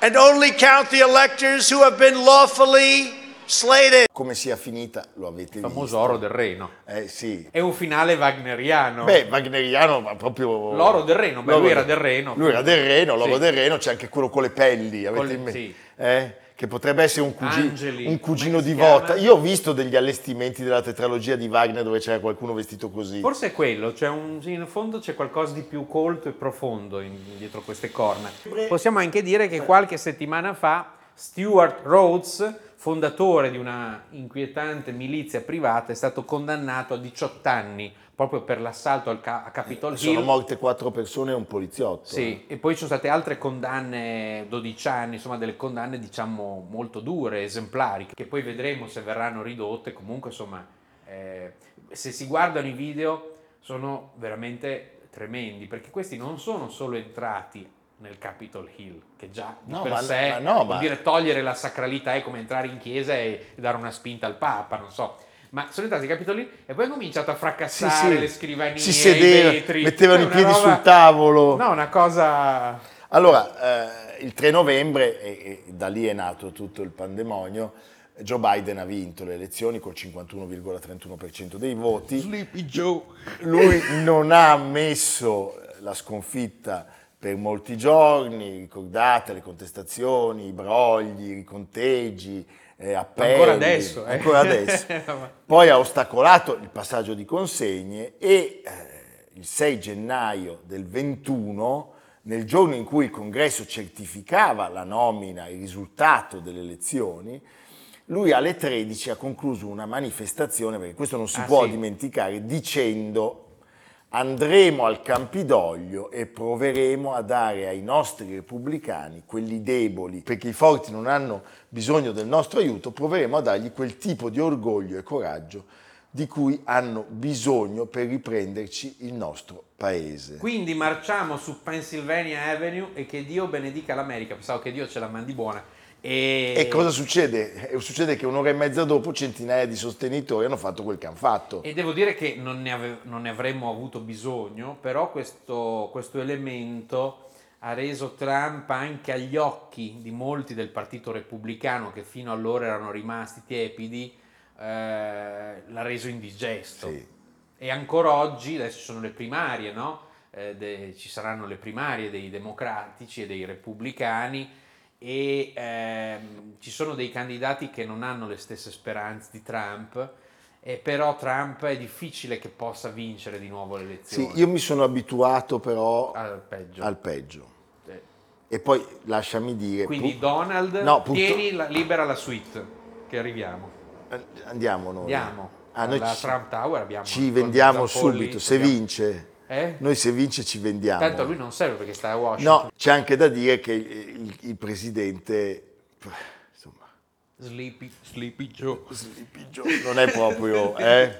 [SPEAKER 9] and only count the electors who have been lawfully slated.
[SPEAKER 2] Come sia finita lo avete
[SPEAKER 3] Il
[SPEAKER 2] visto.
[SPEAKER 3] famoso oro del Reno.
[SPEAKER 2] Eh sì.
[SPEAKER 3] È un finale wagneriano.
[SPEAKER 2] Beh, Wagneriano ma proprio...
[SPEAKER 3] L'oro del Reno, beh,
[SPEAKER 2] L'oro
[SPEAKER 3] lui era del Reno.
[SPEAKER 2] Lui era del Reno, l'oro
[SPEAKER 3] Sì.
[SPEAKER 2] del Reno, c'è anche quello con le pelli, avete
[SPEAKER 3] Con le-
[SPEAKER 2] in mente?
[SPEAKER 3] sì.
[SPEAKER 2] Eh? Che potrebbe essere un, cugi-
[SPEAKER 3] Angeli,
[SPEAKER 2] un cugino
[SPEAKER 3] come si
[SPEAKER 2] di
[SPEAKER 3] chiama?
[SPEAKER 2] Vota. Io ho visto degli allestimenti della tetralogia di Wagner dove c'era qualcuno vestito così.
[SPEAKER 3] Forse è quello, cioè un- in fondo c'è qualcosa di più colto e profondo in- dietro queste corna. Possiamo anche dire che qualche settimana fa Stuart Rhodes, fondatore di una inquietante milizia privata, è stato condannato a 18 anni proprio per l'assalto al Ca- a Capitol Hill.
[SPEAKER 2] Sono morte quattro persone e un poliziotto.
[SPEAKER 3] Sì, e poi ci sono state altre condanne, 12 anni, insomma delle condanne diciamo molto dure, esemplari, che poi vedremo se verranno ridotte, comunque insomma eh, se si guardano i video sono veramente tremendi, perché questi non sono solo entrati nel Capitol Hill, che già di
[SPEAKER 2] No,
[SPEAKER 3] per
[SPEAKER 2] ma-
[SPEAKER 3] sé
[SPEAKER 2] ma no,
[SPEAKER 3] vuol
[SPEAKER 2] ma-
[SPEAKER 3] dire togliere la sacralità è come entrare in chiesa e dare una spinta al Papa, non so. Ma sono entrati al Capitol Hill e poi hanno cominciato a
[SPEAKER 2] Sì,
[SPEAKER 3] fracassare
[SPEAKER 2] sì.
[SPEAKER 3] le scrivanie,
[SPEAKER 2] si sedeva,
[SPEAKER 3] i vetri.
[SPEAKER 2] mettevano
[SPEAKER 3] È
[SPEAKER 2] i
[SPEAKER 3] una
[SPEAKER 2] piedi
[SPEAKER 3] roba-
[SPEAKER 2] sul tavolo.
[SPEAKER 3] No, una cosa.
[SPEAKER 2] Allora, eh, il 3 novembre, e, e da lì è nato tutto il pandemonio, Joe Biden ha vinto le elezioni col 51,31% dei voti. Lui non ha messo la sconfitta per molti giorni, ricordate le contestazioni, i brogli, i riconteggi, eh, appelli.
[SPEAKER 3] Ancora adesso, eh.
[SPEAKER 2] Ancora adesso. Poi ha ostacolato il passaggio di consegne e eh, il 6 gennaio del 21, nel giorno in cui il congresso certificava la nomina, il risultato delle elezioni, lui alle 13 ha concluso una manifestazione, perché questo non si
[SPEAKER 3] Ah,
[SPEAKER 2] può
[SPEAKER 3] sì.
[SPEAKER 2] dimenticare, dicendo andremo al Campidoglio e proveremo a dare ai nostri repubblicani, quelli deboli, perché i forti non hanno bisogno del nostro aiuto, proveremo a dargli quel tipo di orgoglio e coraggio di cui hanno bisogno per riprenderci il nostro paese.
[SPEAKER 3] Quindi marciamo su Pennsylvania Avenue e che Dio benedica l'America. Pensavo che Dio ce la mandi buona. E,
[SPEAKER 2] E cosa succede? Eh, Succede che un'ora e mezza dopo centinaia di sostenitori hanno fatto quel che hanno fatto.
[SPEAKER 3] E devo dire che non ne, ave- non ne avremmo avuto bisogno, però questo, questo elemento ha reso Trump anche agli occhi di molti del Partito Repubblicano che fino allora erano rimasti tiepidi, eh, l'ha reso indigesto.
[SPEAKER 2] Sì.
[SPEAKER 3] E ancora oggi, adesso ci sono le primarie, no? Eh, de- ci saranno le primarie dei democratici e dei repubblicani e ehm, ci sono dei candidati che non hanno le stesse speranze di Trump, e però Trump è difficile che possa vincere di nuovo le
[SPEAKER 2] Sì,
[SPEAKER 3] elezioni.
[SPEAKER 2] io mi sono abituato però
[SPEAKER 3] Al peggio.
[SPEAKER 2] al peggio.
[SPEAKER 3] Eh,
[SPEAKER 2] E poi lasciami dire...
[SPEAKER 3] Quindi
[SPEAKER 2] pu-
[SPEAKER 3] Donald,
[SPEAKER 2] No, punto-
[SPEAKER 3] tieni la- libera la suite che arriviamo.
[SPEAKER 2] Andiamo noi.
[SPEAKER 3] Andiamo.
[SPEAKER 2] Ah, noi
[SPEAKER 3] Alla
[SPEAKER 2] ci,
[SPEAKER 3] Trump Tower abbiamo
[SPEAKER 2] ci vendiamo
[SPEAKER 3] Zappolli,
[SPEAKER 2] subito, se
[SPEAKER 3] abbiamo-
[SPEAKER 2] vince.
[SPEAKER 3] Eh?
[SPEAKER 2] Noi se vince ci vendiamo.
[SPEAKER 3] Tanto a lui non serve perché sta a Washington.
[SPEAKER 2] No, c'è anche da dire che il, il- il presidente, insomma,
[SPEAKER 3] Sleepy, Sleepy Joe.
[SPEAKER 2] Non è proprio, eh?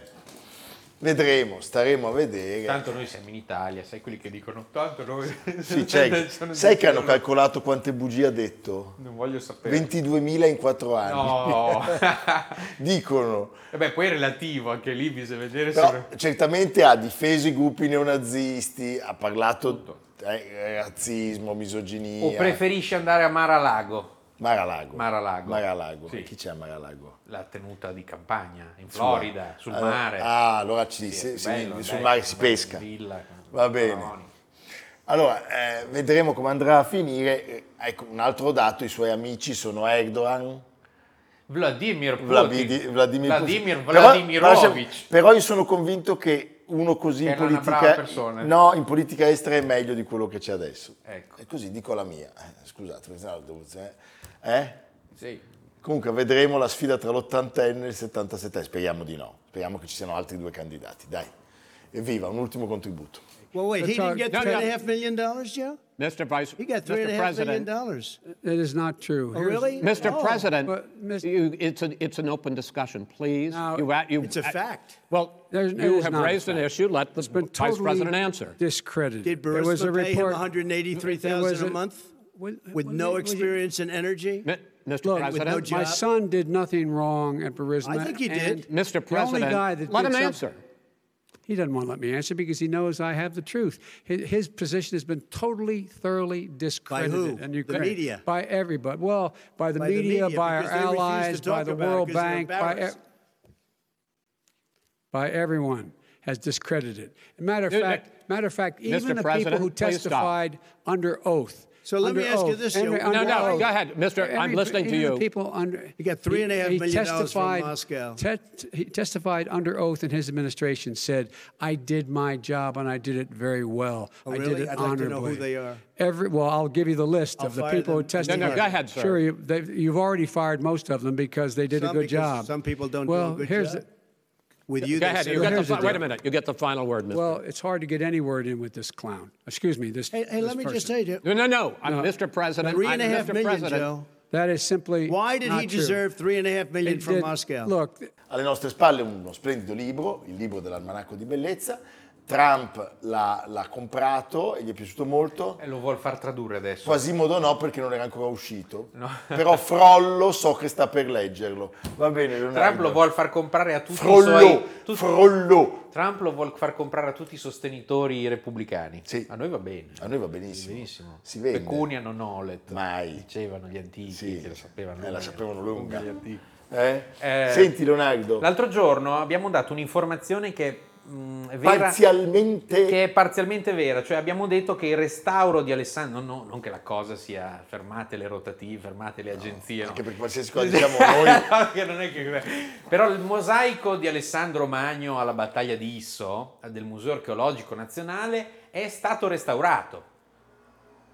[SPEAKER 2] Vedremo, staremo a vedere.
[SPEAKER 3] Tanto noi siamo in Italia, sai quelli che dicono tanto noi... cioè,
[SPEAKER 2] Sì, c'è-
[SPEAKER 3] sono
[SPEAKER 2] sai che hanno
[SPEAKER 3] solo-
[SPEAKER 2] calcolato quante bugie ha detto?
[SPEAKER 3] Non voglio sapere.
[SPEAKER 2] 22.000 in 4 anni.
[SPEAKER 3] No!
[SPEAKER 2] Dicono.
[SPEAKER 3] e beh, poi è relativo, anche lì bisogna vedere se...
[SPEAKER 2] Però certamente ha difeso i gruppi neonazisti, ha parlato eh, razzismo,
[SPEAKER 3] O
[SPEAKER 2] misoginia.
[SPEAKER 3] preferisci andare a Maralago,
[SPEAKER 2] Maralago.
[SPEAKER 3] Maralago.
[SPEAKER 2] Maralago.
[SPEAKER 3] Sì.
[SPEAKER 2] Chi c'è a Maralago?
[SPEAKER 3] la tenuta di campagna, in Florida, sul
[SPEAKER 2] Allora-
[SPEAKER 3] mare.
[SPEAKER 2] Ah, allora ci,
[SPEAKER 3] Sì,
[SPEAKER 2] se-
[SPEAKER 3] è
[SPEAKER 2] se-
[SPEAKER 3] bello,
[SPEAKER 2] sul
[SPEAKER 3] dai,
[SPEAKER 2] mare si
[SPEAKER 3] bella
[SPEAKER 2] pesca.
[SPEAKER 3] villa con
[SPEAKER 2] Va bene.
[SPEAKER 3] Maroni.
[SPEAKER 2] Allora, eh, vedremo come andrà a finire. Eh, Ecco, un altro dato, i suoi amici sono Erdogan,
[SPEAKER 3] Vladimir Putin.
[SPEAKER 2] Vladimir, Vladimir Putin.
[SPEAKER 3] Vladimir
[SPEAKER 2] Però- Però, se-
[SPEAKER 3] Vladimirovic.
[SPEAKER 2] però io sono convinto che uno così
[SPEAKER 3] Che
[SPEAKER 2] in
[SPEAKER 3] era una brava
[SPEAKER 2] politica,
[SPEAKER 3] persona.
[SPEAKER 2] no, in politica estera è meglio di quello che c'è adesso.
[SPEAKER 3] Ecco.
[SPEAKER 2] E così dico la mia. Eh, Scusate, questa è una devoluzione. Eh?
[SPEAKER 3] Sì.
[SPEAKER 2] Comunque vedremo la sfida tra l'80enne e il 77 Speriamo di no. Speriamo che ci siano altri due candidati. Dai. Evviva, un ultimo contributo.
[SPEAKER 9] Well, wait, he didn't get
[SPEAKER 10] No,
[SPEAKER 9] three
[SPEAKER 10] no.
[SPEAKER 9] and a half million dollars, Joe?
[SPEAKER 10] Mr. Vice,
[SPEAKER 9] He got three and a
[SPEAKER 10] Mr.
[SPEAKER 9] half million
[SPEAKER 10] President,
[SPEAKER 9] dollars.
[SPEAKER 10] it is not true.
[SPEAKER 9] Oh, really?
[SPEAKER 10] Mr.
[SPEAKER 9] Oh.
[SPEAKER 10] President,
[SPEAKER 9] But, Mis-
[SPEAKER 10] you, it's, a, it's an open discussion, please.
[SPEAKER 9] No,
[SPEAKER 10] you, a- you,
[SPEAKER 9] it's a
[SPEAKER 10] I-
[SPEAKER 9] fact.
[SPEAKER 10] well,
[SPEAKER 9] There's- it
[SPEAKER 10] you
[SPEAKER 9] is
[SPEAKER 10] have
[SPEAKER 9] not a
[SPEAKER 10] raised an
[SPEAKER 9] fact.
[SPEAKER 10] issue. Let the
[SPEAKER 9] It's been
[SPEAKER 10] Vice
[SPEAKER 9] totally
[SPEAKER 10] President answer.
[SPEAKER 9] discredited. Did
[SPEAKER 10] There was a
[SPEAKER 9] Burisma pay him
[SPEAKER 10] report-
[SPEAKER 9] $183,000
[SPEAKER 10] there was
[SPEAKER 9] a
[SPEAKER 10] a-
[SPEAKER 9] month
[SPEAKER 10] When-
[SPEAKER 9] with
[SPEAKER 10] when
[SPEAKER 9] no
[SPEAKER 10] they-
[SPEAKER 9] experience in energy?
[SPEAKER 10] Mi- Mr.
[SPEAKER 9] Look, with
[SPEAKER 10] President,
[SPEAKER 9] no job.
[SPEAKER 10] my son did nothing wrong at Burisma.
[SPEAKER 9] I think he
[SPEAKER 10] and
[SPEAKER 9] did.
[SPEAKER 10] Mr.
[SPEAKER 9] The only
[SPEAKER 10] President,
[SPEAKER 9] guy that
[SPEAKER 10] let him
[SPEAKER 9] did some-
[SPEAKER 10] answer.
[SPEAKER 8] He doesn't want to let me answer because he knows I have the truth. His, his position has been totally, thoroughly discredited.
[SPEAKER 9] who?
[SPEAKER 8] in
[SPEAKER 9] The
[SPEAKER 8] Ukraine.
[SPEAKER 9] media?
[SPEAKER 8] By everybody. Well, by the,
[SPEAKER 9] By the
[SPEAKER 8] media,
[SPEAKER 9] media,
[SPEAKER 8] by our
[SPEAKER 9] because they refuse to
[SPEAKER 8] allies, by
[SPEAKER 9] talk about
[SPEAKER 8] the
[SPEAKER 9] it
[SPEAKER 8] World
[SPEAKER 9] because they're
[SPEAKER 8] Bank, by, e-,
[SPEAKER 9] embarrassed.
[SPEAKER 8] by everyone has discredited. Matter of
[SPEAKER 10] No, no.
[SPEAKER 8] fact, matter of fact, even the people
[SPEAKER 10] President,
[SPEAKER 8] who
[SPEAKER 10] please stop.
[SPEAKER 8] testified under oath.
[SPEAKER 9] So let me
[SPEAKER 8] under
[SPEAKER 9] ask you
[SPEAKER 8] oath,
[SPEAKER 9] this,
[SPEAKER 8] under-
[SPEAKER 9] Joe.
[SPEAKER 10] No,
[SPEAKER 8] under
[SPEAKER 10] no,
[SPEAKER 8] oath,
[SPEAKER 10] go ahead, Mr. I'm
[SPEAKER 8] every-
[SPEAKER 10] listening to
[SPEAKER 8] even the
[SPEAKER 10] you.
[SPEAKER 8] People under
[SPEAKER 9] He got three and a half
[SPEAKER 8] he
[SPEAKER 9] million dollars from
[SPEAKER 8] testified-
[SPEAKER 9] Moscow.
[SPEAKER 8] tet- he testified under oath in his administration, said, "I did my job and I did it very well. I
[SPEAKER 9] Oh,
[SPEAKER 8] did
[SPEAKER 9] really?
[SPEAKER 8] it
[SPEAKER 9] I'd like to
[SPEAKER 8] honorably."
[SPEAKER 9] know who they are.
[SPEAKER 8] Every well, I'll give you the list
[SPEAKER 9] I'll
[SPEAKER 8] of the
[SPEAKER 9] fire
[SPEAKER 8] people who
[SPEAKER 9] them. No,
[SPEAKER 8] testified.
[SPEAKER 9] no,
[SPEAKER 10] go ahead, sir.
[SPEAKER 8] Sure, you, they- you've already fired most of them because they did
[SPEAKER 9] Some
[SPEAKER 8] a good
[SPEAKER 9] because
[SPEAKER 8] job.
[SPEAKER 9] some people don't do a
[SPEAKER 8] well,
[SPEAKER 9] good
[SPEAKER 8] here's
[SPEAKER 9] job.
[SPEAKER 8] the-
[SPEAKER 9] With you,
[SPEAKER 10] Go
[SPEAKER 9] they
[SPEAKER 10] ahead.
[SPEAKER 9] say-
[SPEAKER 10] You got the,
[SPEAKER 8] here's the
[SPEAKER 10] fi- wait a
[SPEAKER 8] deal.
[SPEAKER 10] minute. You get the final word, Mr.
[SPEAKER 8] well, it's hard to get any word in with this clown. Excuse me, this.
[SPEAKER 9] Hey, hey,
[SPEAKER 8] this
[SPEAKER 9] let me just
[SPEAKER 8] person.
[SPEAKER 9] say, Joe,
[SPEAKER 10] No, no, no. I'm Mr. President.
[SPEAKER 9] three
[SPEAKER 10] I'm
[SPEAKER 9] and a half
[SPEAKER 10] Mr.
[SPEAKER 9] million,
[SPEAKER 10] President.
[SPEAKER 9] Joe.
[SPEAKER 8] That is simply
[SPEAKER 9] Why did
[SPEAKER 8] not
[SPEAKER 9] he
[SPEAKER 8] true.
[SPEAKER 9] deserve three and a half million
[SPEAKER 8] It
[SPEAKER 9] from
[SPEAKER 8] did-
[SPEAKER 9] Moscow?
[SPEAKER 8] Look,
[SPEAKER 2] Alle nostre spalle uno splendido libro, il libro dell'almanacco di bellezza. Trump l'ha, l'ha comprato e gli è piaciuto molto.
[SPEAKER 3] E lo vuol far tradurre adesso.
[SPEAKER 2] Quasimodo no perché non era ancora uscito. Però Frollo so che sta per leggerlo. Va bene, Leonardo.
[SPEAKER 3] Trump lo vuol far comprare a tutti
[SPEAKER 2] Frollo,
[SPEAKER 3] i suoi... tutti-
[SPEAKER 2] Frollo.
[SPEAKER 3] Trump lo vuol far comprare a tutti i sostenitori repubblicani.
[SPEAKER 2] Sì.
[SPEAKER 3] A noi va bene.
[SPEAKER 2] A noi va benissimo.
[SPEAKER 3] Benissimo.
[SPEAKER 2] Si vende.
[SPEAKER 3] Pecunia non olet.
[SPEAKER 2] Mai.
[SPEAKER 3] Dicevano gli antichi
[SPEAKER 2] Sì.
[SPEAKER 3] che la sapevano.
[SPEAKER 2] Eh, la
[SPEAKER 3] lunga.
[SPEAKER 2] sapevano lunga.
[SPEAKER 3] Gli antichi.
[SPEAKER 2] Eh?
[SPEAKER 3] Eh,
[SPEAKER 2] Senti Leonardo,
[SPEAKER 3] L'altro giorno abbiamo dato un'informazione che mh, è vera.
[SPEAKER 2] parzialmente
[SPEAKER 3] che è parzialmente vera, cioè abbiamo detto che il restauro di Alessandro, no, non che la cosa sia fermate le rotative, fermate le agenzie, no.
[SPEAKER 2] anche per qualsiasi cosa diciamo noi
[SPEAKER 3] No, che non è che- Però il mosaico di Alessandro Magno alla battaglia di Isso del Museo Archeologico Nazionale è stato restaurato.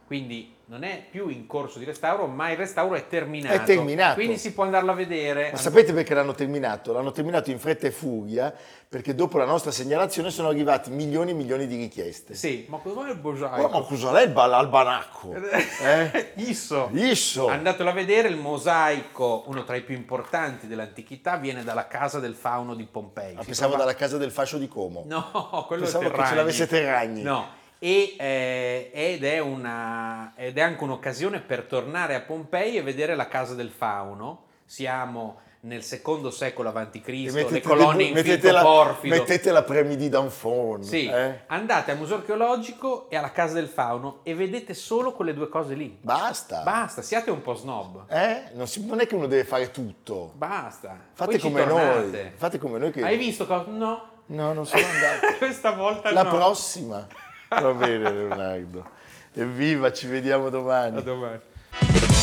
[SPEAKER 3] Quindi non è più in corso di restauro, ma il restauro è terminato.
[SPEAKER 2] È terminato.
[SPEAKER 3] Quindi si può andarlo a vedere.
[SPEAKER 2] Ma sapete perché l'hanno terminato? L'hanno terminato in fretta e furia perché dopo la nostra segnalazione sono arrivati milioni e milioni di richieste.
[SPEAKER 3] Sì, ma cos'è
[SPEAKER 2] Oh,
[SPEAKER 3] il
[SPEAKER 2] ma
[SPEAKER 3] mosaico?
[SPEAKER 2] cos'è il bal- albanacco? Eh?
[SPEAKER 3] Isso.
[SPEAKER 2] Isso!
[SPEAKER 3] Andatelo a vedere, il mosaico, uno tra i più importanti dell'antichità, viene dalla casa del fauno di Pompei.
[SPEAKER 2] Ma Ah,
[SPEAKER 3] Si
[SPEAKER 2] pensavo
[SPEAKER 3] trova-
[SPEAKER 2] dalla casa del fascio di Como.
[SPEAKER 3] No, quello
[SPEAKER 2] Pensavo
[SPEAKER 3] è
[SPEAKER 2] che
[SPEAKER 3] Terragni.
[SPEAKER 2] ce l'avesse Terragni.
[SPEAKER 3] No. E, eh, ed, è una, ed è anche un'occasione per tornare a Pompei e vedere la casa del fauno. Siamo nel secondo secolo avanti
[SPEAKER 2] E
[SPEAKER 3] Cristo, le
[SPEAKER 2] bu-
[SPEAKER 3] colonne in
[SPEAKER 2] mettete,
[SPEAKER 3] finto
[SPEAKER 2] la,
[SPEAKER 3] porfido.
[SPEAKER 2] mettete la premi di Danfon.
[SPEAKER 3] Sì,
[SPEAKER 2] eh?
[SPEAKER 3] andate al Museo Archeologico e alla Casa del Fauno e vedete solo quelle due cose lì.
[SPEAKER 2] Basta.
[SPEAKER 3] Basta, siate un po' snob.
[SPEAKER 2] Eh? Non, si- non è che uno deve fare tutto.
[SPEAKER 3] Basta.
[SPEAKER 2] Fate
[SPEAKER 3] Poi ci
[SPEAKER 2] come
[SPEAKER 3] tornate.
[SPEAKER 2] noi. Fate come noi che...
[SPEAKER 3] Hai visto? cosa- No,
[SPEAKER 2] No, non sono andato.
[SPEAKER 3] questa volta
[SPEAKER 2] la
[SPEAKER 3] no.
[SPEAKER 2] prossima. Va bene Leonardo. Evviva, ci vediamo domani.
[SPEAKER 3] A domani.